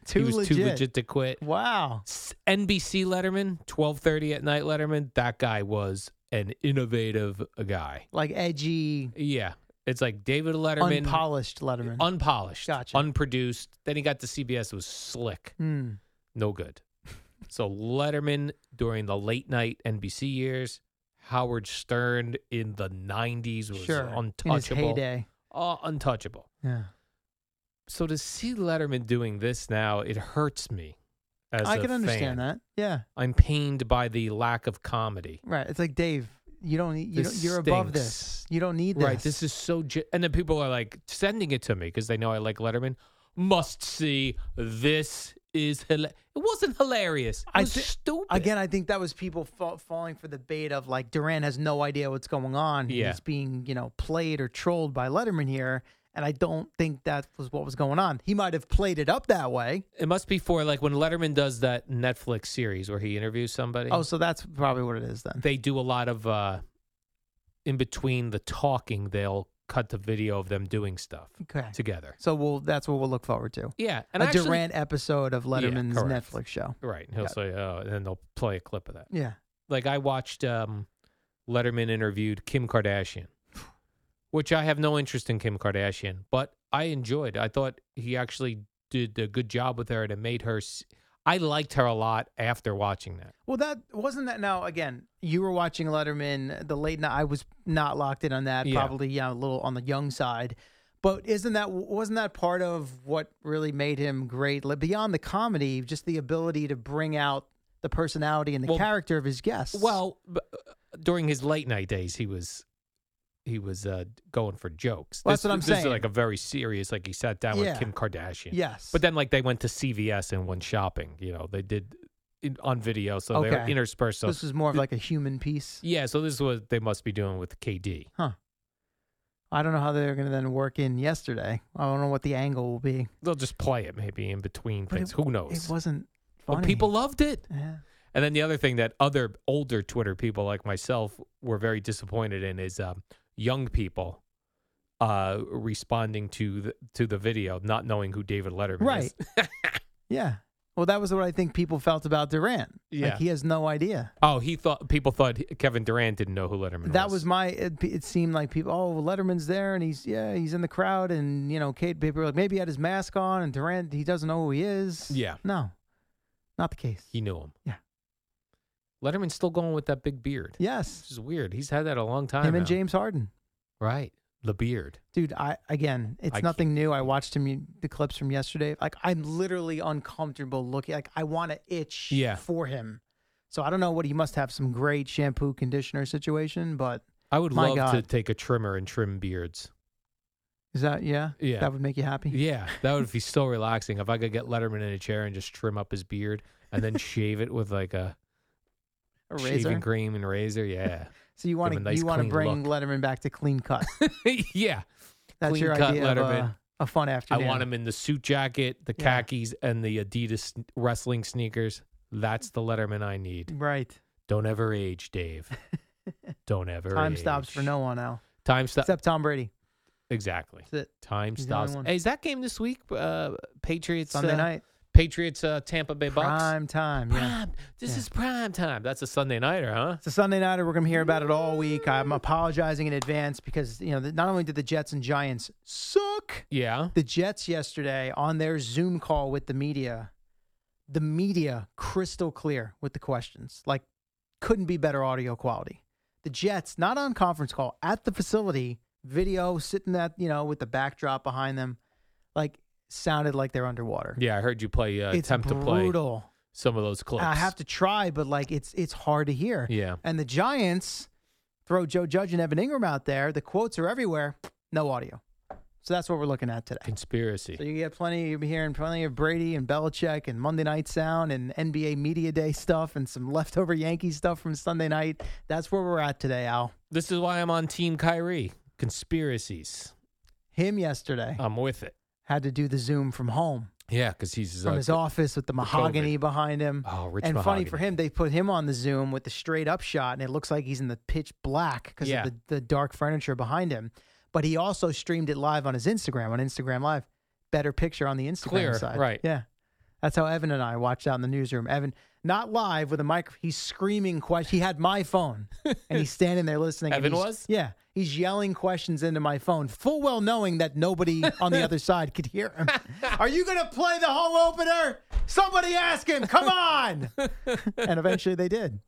Too
he was
legit.
too legit to quit.
Wow.
S- NBC Letterman, twelve thirty at night Letterman. That guy was an innovative guy.
Like edgy,
Yeah, it's like David Letterman,
unpolished Letterman.
unpolished,
Gotcha.
unproduced. Then he got to CBS. It was slick,
Hmm.
no good. so Letterman during the late night NBC years, Howard Stern in the nineties was
Sure. In his
untouchable,
heyday.
Uh, untouchable.
Yeah.
So to see Letterman doing this now, it hurts me. As
I
a
can
fan.
understand that. Yeah.
I'm pained by the lack of comedy.
Right. It's like Dave, you don't need you
This
don't, you're above this.
stinks.
You don't need this.
Right. This is so. Ge- and then people are like sending it to me because they know I like Letterman. Must see. This is hila- It wasn't hilarious. It
I
was
thi-
stupid.
Again, I think that was people fa- falling for the bait of like Durant has no idea what's going on.
Yeah.
He's being, you know, played or trolled by Letterman here, and I don't think that was what was going on. He might have played it up that way.
it must be for like when Letterman does that Netflix series where he interviews somebody.
Oh, so that's probably what it is then.
they do a lot of uh, in between the talking. They'll cut the video of them doing stuff
Okay.
together.
So we'll that's what we'll look forward to.
Yeah,
A
and actually,
Durant episode of Letterman's
correct.
Netflix show.
Right. He'll
Yeah.
say, oh, and then they'll play a clip of that.
Yeah.
like I watched um, Letterman interviewed Kim Kardashian, which I have no interest in Kim Kardashian, but I enjoyed. I thought he actually did a good job with her, and it made her. s- I liked her a lot after watching that.
Well, that wasn't that. Now, again, you were watching Letterman the late night. I was not locked in on that.
Yeah.
Probably, yeah, a little on the young side. But isn't that wasn't that part of what really made him great? Like, Beyond the comedy, just the ability to bring out the personality and the
Well-
character of his guests.
Well, b- uh, during his late night days, he was he was uh, going for jokes.
Well,
This-
that's what I'm
this
saying.
Is like a very serious. Like he sat down
Yeah.
with Kim Kardashian.
yes,
But then, like they went to CVS and went shopping. You know, they did in, on video, so they were
Okay.
interspersed. So
this was more of like a human piece.
Yeah, so this is what they must be doing with KD.
I don't know how they're going to then work in yesterday. I don't know what the angle will be.
They'll just play it maybe in between
But
things.
it-
Who knows?
It wasn't.
but
Funny.
people loved it.
Yeah.
And then the other thing that other older Twitter people like myself were very disappointed in is um, young people uh, responding to the, to the video, not knowing who David Letterman
Right.
is.
Yeah. Well, that was what I think people felt about Durant.
Yeah.
Like he has no idea.
Oh, he thought people thought Kevin Durant didn't know who Letterman
That
was.
was my. It, it seemed like people. Oh, Letterman's there, and he's yeah, he's in the crowd, and you know, Kate people were like maybe he had his mask on, and Durant he doesn't know who he is.
Yeah.
no, not the case.
he knew him.
Yeah.
Letterman's still going with that big beard. This
yes,
is weird. He's had that a long time.
him and
now.
James Harden.
Right. the beard.
Dude, I again, it's
I
nothing new. I watched him the clips from yesterday. Like I'm literally uncomfortable looking. Like I want to itch
Yeah.
for him. So I don't know what he must have some great shampoo conditioner situation, but
I would
My
love to
God.
take a trimmer and trim beards.
is that yeah?
Yeah.
That would make you happy.
Yeah, that would be so relaxing if I could get Letterman in a chair and just trim up his beard and then shave it with like a,
A razor.
shaving cream and razor. Yeah,
so you want
Give
to
him a nice
you want
clean
to bring
look.
Letterman back to clean cut.
yeah.
That's
Clean
your
cut
idea of
Letterman.
a, a fun
I
afternoon.
want him in the suit jacket, the
Yeah.
khakis, and the Adidas sn- wrestling sneakers. That's the Letterman I need.
right.
Don't ever age, Dave. Don't ever.
Time stops for
age.
no one now,
time stops.
except Tom Brady.
Exactly.
That's it.
Time
He's the only
stops.
one.
Hey, is that game this week? Uh, Patriots
Sunday
uh,
night,
Patriots uh, Tampa Bay Bucks.
prime time. Yeah.
Prime. This is prime time. That's a Sunday nighter, huh?
It's a Sunday nighter. We're going to hear about it all week. I'm apologizing in advance because you know the- not only did the Jets and Giants suck,
Yeah.
the Jets yesterday on their Zoom call with the media, the media crystal clear with the questions. Like, couldn't be better audio quality. The Jets not on conference call at the facility, video sitting that you know with the backdrop behind them, like sounded like they're underwater.
Yeah, I heard you play uh,
it's
attempt to play
brutal.
some of those clips.
I have to try, but like it's it's hard to hear.
Yeah.
And the Giants throw Joe Judge and Evan Ingram out there. The quotes are everywhere. No audio. So that's what we're looking at today.
conspiracy.
So you get plenty. You'll be hearing plenty of Brady and Belichick and Monday Night Sound and NBA Media Day stuff and some leftover Yankee stuff from Sunday night. That's where we're at today, Al.
This is why I'm on Team Kyrie. Conspiracies.
Him yesterday
I'm with it.
had to do the Zoom from home,
Yeah, because he's
from
uh,
his office with the mahogany behind him.
Oh, Rich
and funny for
Mahogany.
him, they put him on the Zoom with the straight up shot, and it looks like he's in the pitch black because
Yeah.
of the, the dark furniture behind him. But he also streamed it live on his Instagram, on Instagram Live. Better picture on the Instagram
Clear,
side.
right.
Yeah. That's how Evan and I watched out in the newsroom. Evan, not live with a mic. He's screaming questions. He had my phone and he's standing there listening. and
Evan
he's-
was?
Yeah. He's yelling questions into my phone, full well knowing that nobody on the other side could hear him. Are you going to play the whole opener? Somebody ask him. Come on. and eventually they did.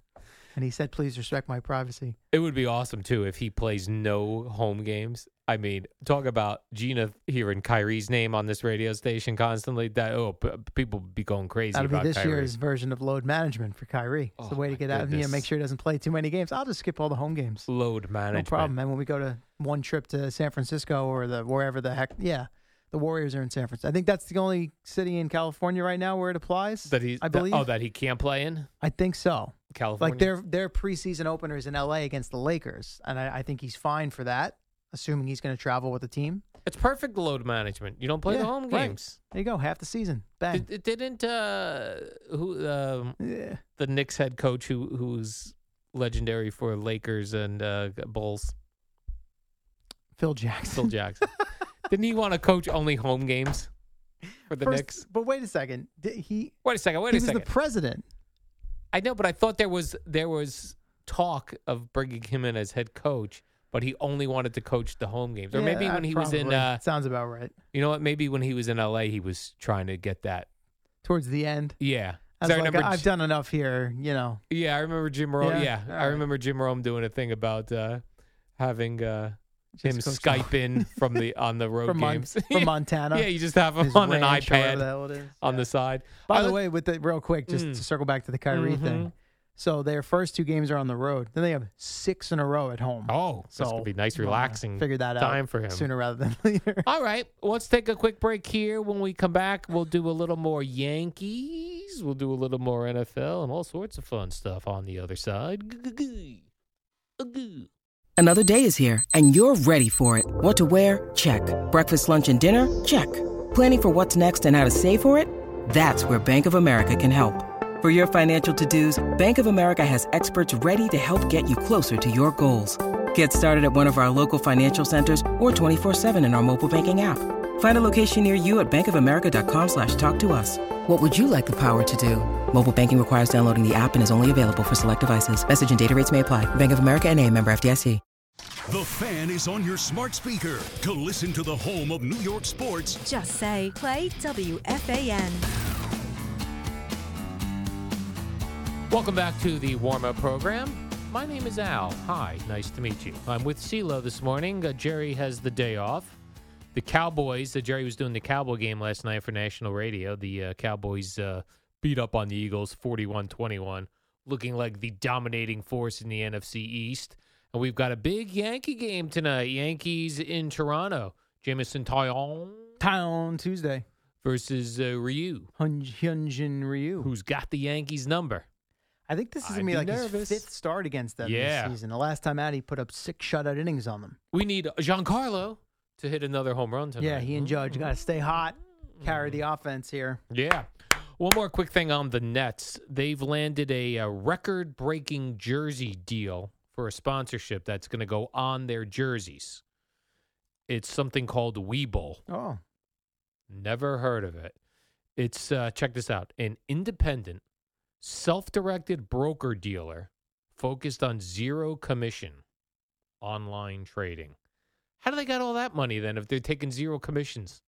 And he said, please respect my privacy.
It would be awesome too if he plays no home games. I mean, talk about Gina hearing Kyrie's name on this radio station constantly. That oh, p- people be going crazy
That'll be
about
this
Kyrie.
year's version of load management for Kyrie. It's the
Oh,
way to
my
get out of here
goodness.
and make sure he doesn't play too many games. I'll just skip all the home games.
load
No
management.
problem. And when we go to one trip to San Francisco or the wherever the heck, yeah, the Warriors are in San Francisco. I think that's the only city in California right now where it applies.
That he's
I believe.
oh, that he can't play in
I think so.
California.
Like their their preseason opener is in L.A. against the Lakers, and I, I think he's fine for that, assuming he's going to travel with the team.
it's perfect load management. You don't play
Yeah,
the home
right.
games.
There you go, half the season. Bang.
Did, it didn't uh, who um,
Yeah.
the Knicks head coach who who's legendary for Lakers and uh, Bulls,
Phil Jackson.
Phil Jackson. didn't he want to coach only home games for the
First-
Knicks?
But wait a second. Did he
Wait a second. Wait a
he was
second.
the president.
I know, but I thought there was there was talk of bringing him in as head coach, but he only wanted to coach the home games, or
Yeah,
maybe
uh,
when he was in,
probably.
uh,
sounds about right.
you know what? Maybe when he was in L.A., he was trying to get that.
Towards the end,
Yeah, 'Cause
I was like,
remember,
I've done enough here. You know,
Yeah, I remember Jim Rome.
Yeah,
Yeah,
all
I
right.
remember Jim Rome doing a thing about uh, having uh, him
Just coach
Skype in from the on the road
from, Mon-
games
from Montana.
yeah, you just have him
his
on an
ranch or whatever the
iPad
hell it is.
on the side.
By
I
the
like-
way, with the real quick, just
Mm.
to circle back to the Kyrie thing.
Mhm.
So their first two games are on the road. Then they have six in a row at home.
oh, so this
So,
could be nice,
you know,
relaxing.
Figure that out.
time for him
sooner rather than later.
All right, let's take a quick break here. When we come back, we'll do a little more Yankees, we'll do a little more NFL, and all sorts of fun stuff on the other side. G-g-g. G-g.
Another day is here, and you're ready for it. What to wear? Check. Breakfast, lunch, and dinner? Check. Planning for what's next and how to save for it? That's where Bank of America can help. For your financial to-dos, Bank of America has experts ready to help get you closer to your goals. Get started at one of our local financial centers or 24-7 in our mobile banking app. Find a location near you at bankofamerica.com slash talk to us. What would you like the power to do? Mobile banking requires downloading the app and is only available for select devices. Message and data rates may apply. Bank of America and a member FDIC.
The fan is on your smart speaker to listen to the home of New York sports
Just say play WFAN.
Welcome back to the warm up program. My name is Al. Hi, nice to meet you. I'm with CeeLo this morning. Uh, Jerry has the day off. The Cowboys, uh, Jerry was doing the Cowboy game last night for national radio. The uh, Cowboys uh, beat up on the Eagles 41 21, looking like the dominating force in the NFC East. And we've got a big Yankee game tonight. Yankees in Toronto. Jamison Tyone
Town Tuesday.
versus uh, Ryu,
Hun- Hyunjin Ryu.
who's got the Yankees number.
I think this is
I'd
gonna be,
be
like
nervous.
his fifth start against them
Yeah.
this season. The last time out, he put up six shutout innings on them.
We need Giancarlo to hit another home run tonight. Hmm?
Yeah, he and Judge got to stay hot, carry
Mm-hmm.
the offense here.
Yeah. One more quick thing on the Nets. They've landed a, uh record breaking jersey deal for a sponsorship that's going to go on their jerseys. It's something called Weeble.
Oh,
Never heard of it. It's, uh, check this out, an independent, self directed broker dealer focused on zero commission online trading. How do they got all that money then if they're taking zero commissions?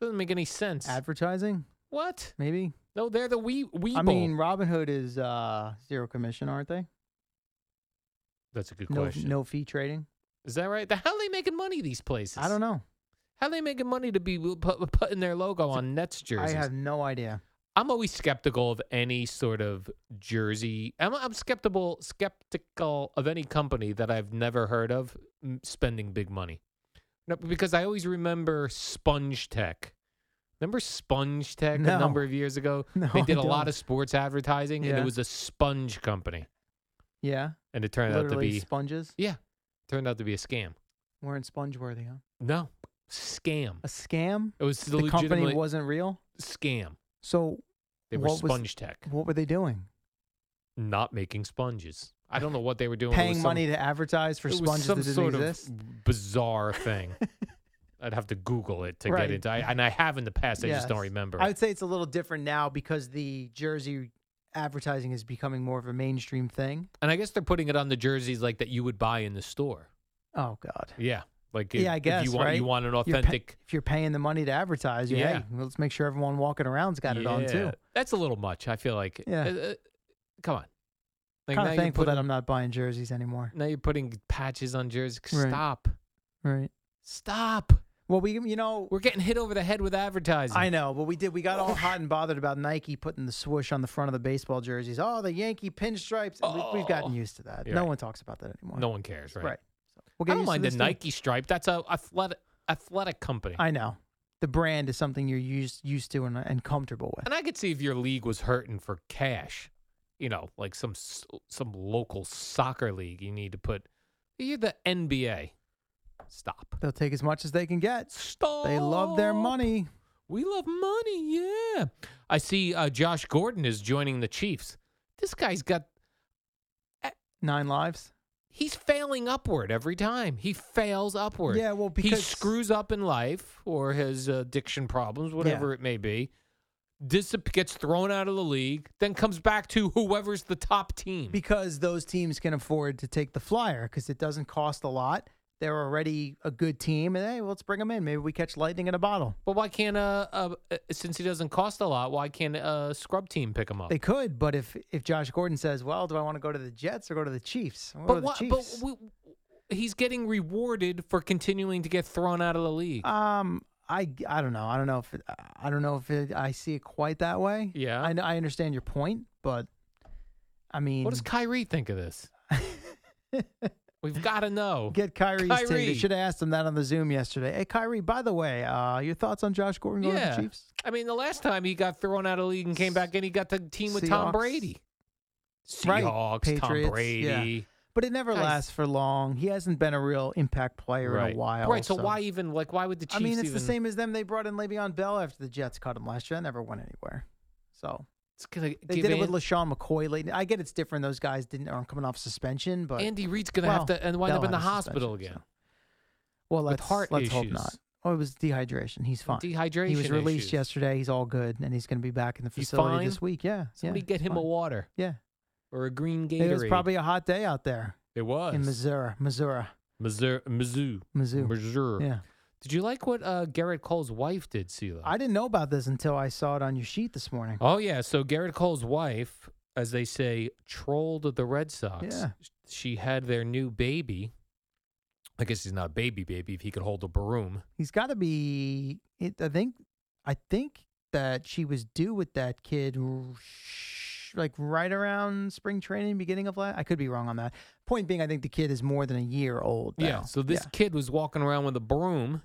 Doesn't make any sense.
advertising
what?
maybe.
No, they're the wee Weeble.
I mean, Robinhood is uh, zero commission, aren't they?
that's a good
No,
question.
no fee trading.
Is that right? The- How are they making money these places?
I don't know.
How are they making money to be uh, put, putting their logo on Nets jerseys?
I have no idea.
I'm always skeptical of any sort of jersey. I'm, I'm skeptical skeptical of any company that I've never heard of m- spending big money. No, because I always remember Sponge Tech. Remember Sponge Tech
No.
a number of years ago?
No,
they
I
did a lot
don't.
of sports advertising, and
Yeah.
it was a sponge company,
Yeah,
and it turned out to
literally
be
sponges
yeah, turned out to be a scam.
weren't sponge-worthy, huh?
No, scam.
A scam.
It was
The company
legitimately-
wasn't real.
scam.
So
They were
What was-
sponge tech,
what were they doing?
not making sponges. I don't know what they were doing. It was
Paying
some-
money to advertise for
it was
sponges that
some
didn't
sort
exist.
of bizarre thing. I'd have to Google it to
Right.
get into. I, and I have in the past. I just don't
Yes.
remember.
I
it.
would say it's a little different now because the jersey advertising is becoming more of a mainstream thing.
and I guess they're putting it on the jerseys like that you would buy in the store.
Oh God.
Yeah, like if,
yeah, I
if
guess
you want
right?
you want an
You're pa-
authentic.
if you're paying the money to advertise, yeah,
Yeah.
hey, let's make sure everyone walking around's got it on too.
Yeah. That's a little much. I feel like.
Yeah.
Uh, uh, come on. Like,
kind of
you're
thankful that
putting-
I'm not buying jerseys anymore.
Now you're putting patches on jerseys.
Right.
Stop.
Right.
Stop.
Well, we you know
We're getting hit over the head with advertising.
I know, but we did. We got all hot and bothered about Nike putting the swoosh on the front of the baseball jerseys. Oh, the Yankee pinstripes. We, we've gotten
Oh.
used to that.
You're
no
right.
one talks about that anymore.
No one cares, right?
Right. So we'll
I don't
used to
mind the
this, too.
Nike stripe. That's a athletic athletic company.
I know. The brand is something you're used used to and, and comfortable with.
and I could see if your league was hurting for cash, you know, like some s- some local soccer league, you need to put you're the NBA. Stop.
They'll take as much as they can get.
Stop.
They love their money.
We love money. Yeah. I see uh, Josh Gordon is joining the Chiefs. This guy's got
Nine lives.
he's failing upward every time. He fails upward.
Yeah, well,
he
because-
screws up in life or has addiction problems, whatever it may be. Disap- gets thrown out of the league, then comes back to whoever's the top team.
Because those teams can afford to take the flyer because it doesn't cost a lot. They're already a good team, and hey, well, let's bring them in. Maybe we catch lightning in a bottle.
but why can't uh, uh uh, since he doesn't cost a lot, why can't a scrub team pick him up?
They could, but if if Josh Gordon says, "Well, do I want to go to the Jets or go to the Chiefs?" I'll
but
go to the
what? But
Chiefs.
we, he's getting rewarded for continuing to get thrown out of the league.
um, I I don't know. I don't know if it, I don't know if it, I see it quite that way.
Yeah.
I know- I understand your point, but I mean,
what does Kyrie think of this? We've got to know.
Get Kyrie's take. They
Kyrie.
should have asked him that on the Zoom yesterday. Hey, Kyrie, by the way, uh, your thoughts on Josh Gordon going to the Chiefs?
I mean, the last time he got thrown out of the league and came back in, he got the team with Tom
Seahawks.
Brady.
Right.
Seahawks, Tom
Patriots,
Brady.
But it never
Guys-
lasts for long. He hasn't been a real impact player
Right.
in a while.
Right. So, why even like why would the
I
Chiefs
mean, it's
even
the same as them. They brought in Le'Veon Bell after the Jets cut him last year. That never went anywhere. So
It's gonna
they
give
did it with
An-
LaShawn McCoy late. I get it's different. Those guys didn't aren't coming off suspension, but
Andy Reid's gonna have
well,
to and wind up
Bell
in the
had a
hospital
suspension,
again.
so. Well,
With
let's,
heart
let's hope
issues.
not. Oh, it was dehydration. He's fine. He was
Dehydration
released
issues.
yesterday. He's all good, and he's going to be back in the
He's
facility
fine?
this week. Yeah.
Somebody
yeah,
get
he's
him a
fine.
water
Yeah.
or a green Gatorade.
It was probably a hot day out there
it was
in Missouri. Missouri.
Missouri. Mizzou.
Mizzou.
Missouri.
Yeah.
Did you like what uh, Garrett Cole's wife did, Sela?
I didn't know about this until I saw it on your sheet this morning.
Oh yeah, so Garrett Cole's wife, as they say, trolled the Red Sox.
Yeah.
she had their new baby. I guess he's not a baby baby if he could hold a broom.
He's got to be. It, I think. I think that she was due with that kid, r- sh- like right around spring training, beginning of last. I could be wrong on that. Point being, I think the kid is more than a year old. now.
Yeah. So this
Yeah.
kid was walking around with a broom,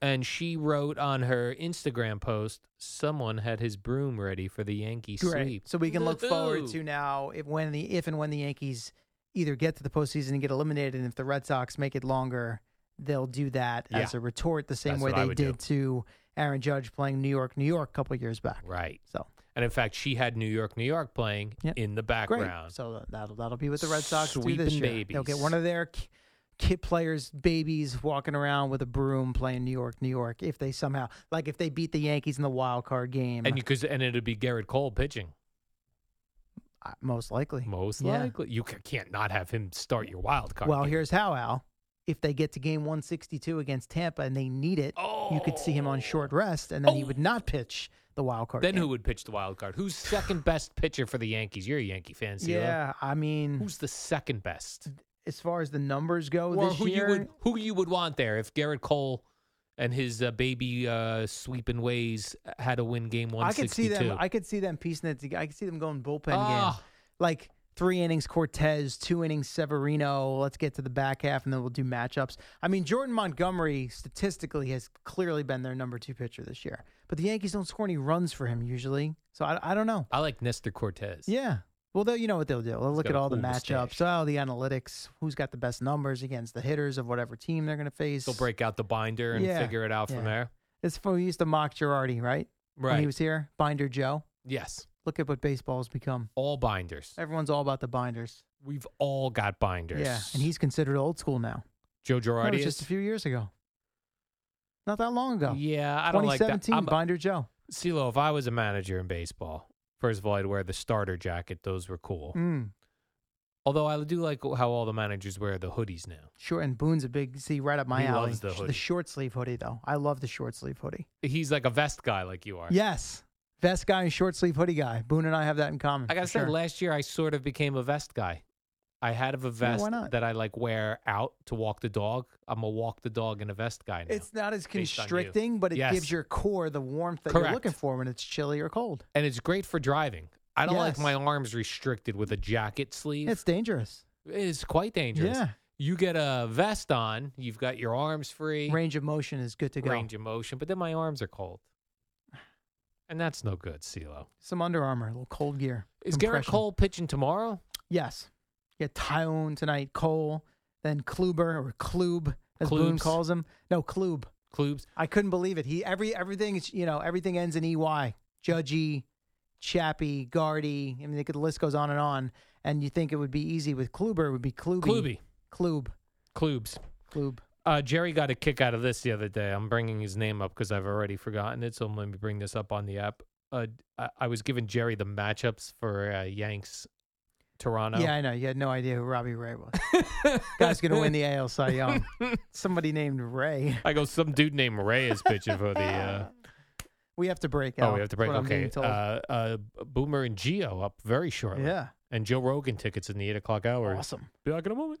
and she wrote on her Instagram post, "Someone had his broom ready for the Yankee sweep."
Great. So we can look forward
Woo-hoo.
to now if when the if and when the Yankees either get to the postseason and get eliminated, and if the Red Sox make it longer, they'll do that
Yeah.
as a retort, the same
That's
way
what I
they
would
did to Aaron Judge playing New York, New York a couple years back.
Right.
So
And in fact, she had New York, New York playing
Yep.
in the
great.
background.
So that- that'll that'll be what the Red Sox do this
Sweeping
year. They'll get
babies.
one of their ki- kid players' babies walking around with a broom playing New York, New York. If they somehow like if they beat the Yankees in the wild card game,
and you could, and it'd be Garrett Cole pitching.
uh, most likely,
Most
Yeah.
likely, you ca- can't not have him start your wild card.
Well,
game.
here's how, Al. If they get to game 162 against Tampa and they need it, you could see him on short rest, and then he would not pitch the wild card.
Oh! then
game.
who would pitch the wild card? Who's second best pitcher for the Yankees? You're a Yankee fan, Cee-Lo.
Yeah, I mean,
Who's the second best?
as far as the numbers go
Or
oh, this
who
year,
you would who you would want there if Garrett Cole and his uh, baby uh, sweeping ways had to win game one
I
sixty two.
could see them. I could see them piecing it together. I could see them going bullpen
Ah.
game, like three innings Cortez, two innings Severino. Let's get to the back half, and then we'll do matchups. I mean, Jordan Montgomery statistically has clearly been their number two pitcher this year, but the Yankees don't score any runs for him usually. So I, I don't know.
I like Nestor Cortez.
Yeah. Well, they'll, you know what they'll do. They'll look
got
at
a
all the
cool
matchups,
mustache.
all the analytics, who's got the best numbers against the hitters of whatever team they're going to face.
They'll break out the binder and
Yeah,
figure it out
yeah.
from there.
It's for we used to mock Girardi, right? When
Right.
he was here, Binder Joe.
yes.
Look at what baseball's become.
All binders.
Everyone's all about the binders.
We've all got binders.
Yeah, and he's considered old school now.
Joe
That
Girardi.
was just
is-
a few years ago. Not that long ago.
Yeah, I don't like that.
2017,
I'm-
Binder Joe.
CeeLo, if I was a manager in baseball, first of all, I'd wear the starter jacket. Those were cool.
Mm,
Although I do like how all the managers wear the hoodies now.
sure, and Boone's a big see right up my
He
alley.
loves the hoodie.
short sleeve hoodie though. I love the short sleeve hoodie.
He's like a vest guy, like you are.
Yes. Vest guy and short sleeve hoodie guy. Boone and I have that in common.
I gotta
for
say,
sure.
last year I sort of became a vest guy. I had of a
why
vest
not?
that I like wear out to walk the dog. I'm a walk the dog in a vest guy now,
it's not as
based on you.
constricting, but it
Yes.
gives your core the warmth that you're
Correct.
looking for when it's chilly or cold.
and it's great for driving. I don't like
Yes.
my arms restricted with a jacket sleeve.
It's dangerous.
it is quite dangerous.
Yeah.
You get a vest on, you've got your arms free,
Range of motion is good to go.
range of motion, but then my arms are cold, and that's no good, CeeLo.
Some Under Armour, a little cold gear.
Is Garrett
compression.
Cole pitching tomorrow?
Yes. Yeah, Tyone tonight, Cole, then Kluber or Klub, as Boone
Klubs.
calls him. No, Klub.
Klubs.
I couldn't believe it. He every everything is you know everything ends in ey. Judgy, Chappie, Guardy. I mean, they could, the list goes on and on. And you think it would be easy with Kluber? It would be Kluby.
Kluby.
Klub.
Klubs.
Klub.
Uh, Jerry got a kick out of this the other day. I'm bringing his name up because I've already forgotten it. So let me bring this up on the app. Uh, I, I was giving Jerry the matchups for uh, Yanks Toronto.
Yeah, I know. You had no idea who Robbie Ray was. Guy's gonna win the AL Cy Young. Somebody named Ray.
I go, some dude named Ray is pitching for the. Uh,
We have to break.
oh,
Al.
we have to
That's
break.
what I'm
Okay.
being
Uh,
told.
uh, Boomer and Geo up very shortly.
yeah.
And Joe Rogan tickets in the 8 o'clock hour.
Awesome.
Back in a moment.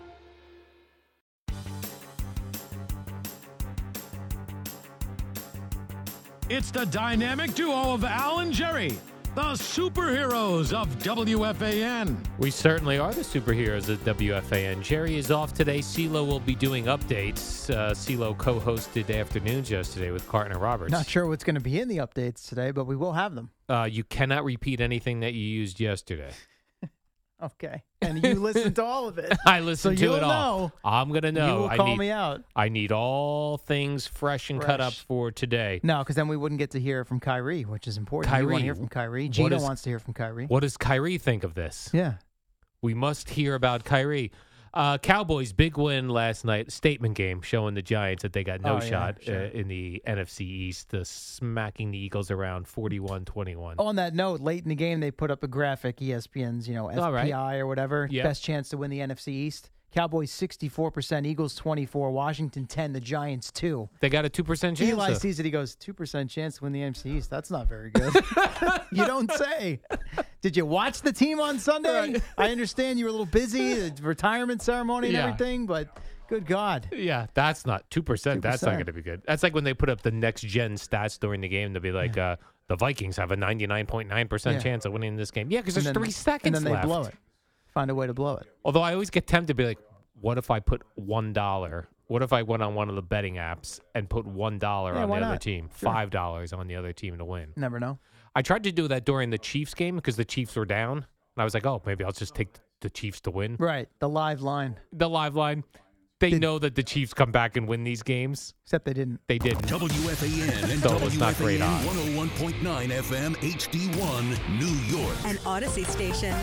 It's the dynamic duo of Al and Jerry, the superheroes of WFAN.
We certainly are the superheroes at WFAN. Jerry is off today. CeeLo will be doing updates. Uh, CeeLo co hosted afternoons yesterday with Carton and Roberts.
Not sure what's going to be in the updates today, but we will have them.
Uh, you cannot repeat anything that you used yesterday.
Okay. And you listened to all of it.
I listened
so
to it
you'll
all.
Know.
I'm gonna know.
you will
I
call
need,
me out.
I need all things fresh and cut up
Fresh.
for today.
No, because then we wouldn't get to hear from Kyrie, which is important. You want
Kyrie,
to hear from Kyrie.
what
Gino
is-
wants to hear from Kyrie.
What does Kyrie think of this?
Yeah.
We must hear about Kyrie. Uh, Cowboys big win last night, statement game showing the Giants that they got no
Oh, yeah,
shot
sure.
uh, in the NFC East, uh, smacking the Eagles around 41-21.
On that note, late in the game, they put up a graphic, E ESPN's, you know,
All right.
FPI or whatever,
Yeah.
best chance to win the NFC East. Cowboys 64%, Eagles 24, Washington 10, the Giants 2.
They got a 2% chance.
Eli
though.
sees it, he goes, 2% chance to win the NFC East. That's not very good. you don't say. Did you watch the team on Sunday? I understand you were a little busy, the retirement ceremony and
Yeah.
everything, but good God.
Yeah, that's not 2%. That's not
2%.
going to be good. That's like when they put up the next gen stats during the game. They'll be like, uh, the Vikings have a 99.9%
Yeah.
chance of winning this game. Yeah, because
And
there's
then-
three seconds
And then they
left.
blow it. Find a way to blow it.
Although I always get tempted to be like, what if I put $1? What if I went on one of the betting apps and put $1
Yeah,
on the
why
other
not?
team,
Sure.
$5 on the other team to win?
Never know.
I tried to do that during the Chiefs game because the Chiefs were down. And I was like, oh, maybe I'll just take the Chiefs to win.
Right. The live line,
The live line, they know that the Chiefs come back and win these games.
except they didn't.
They didn't.
WFAN and
So it was not great
WFAN
odds.
101.9 FM HD1, New York.
An Odyssey station.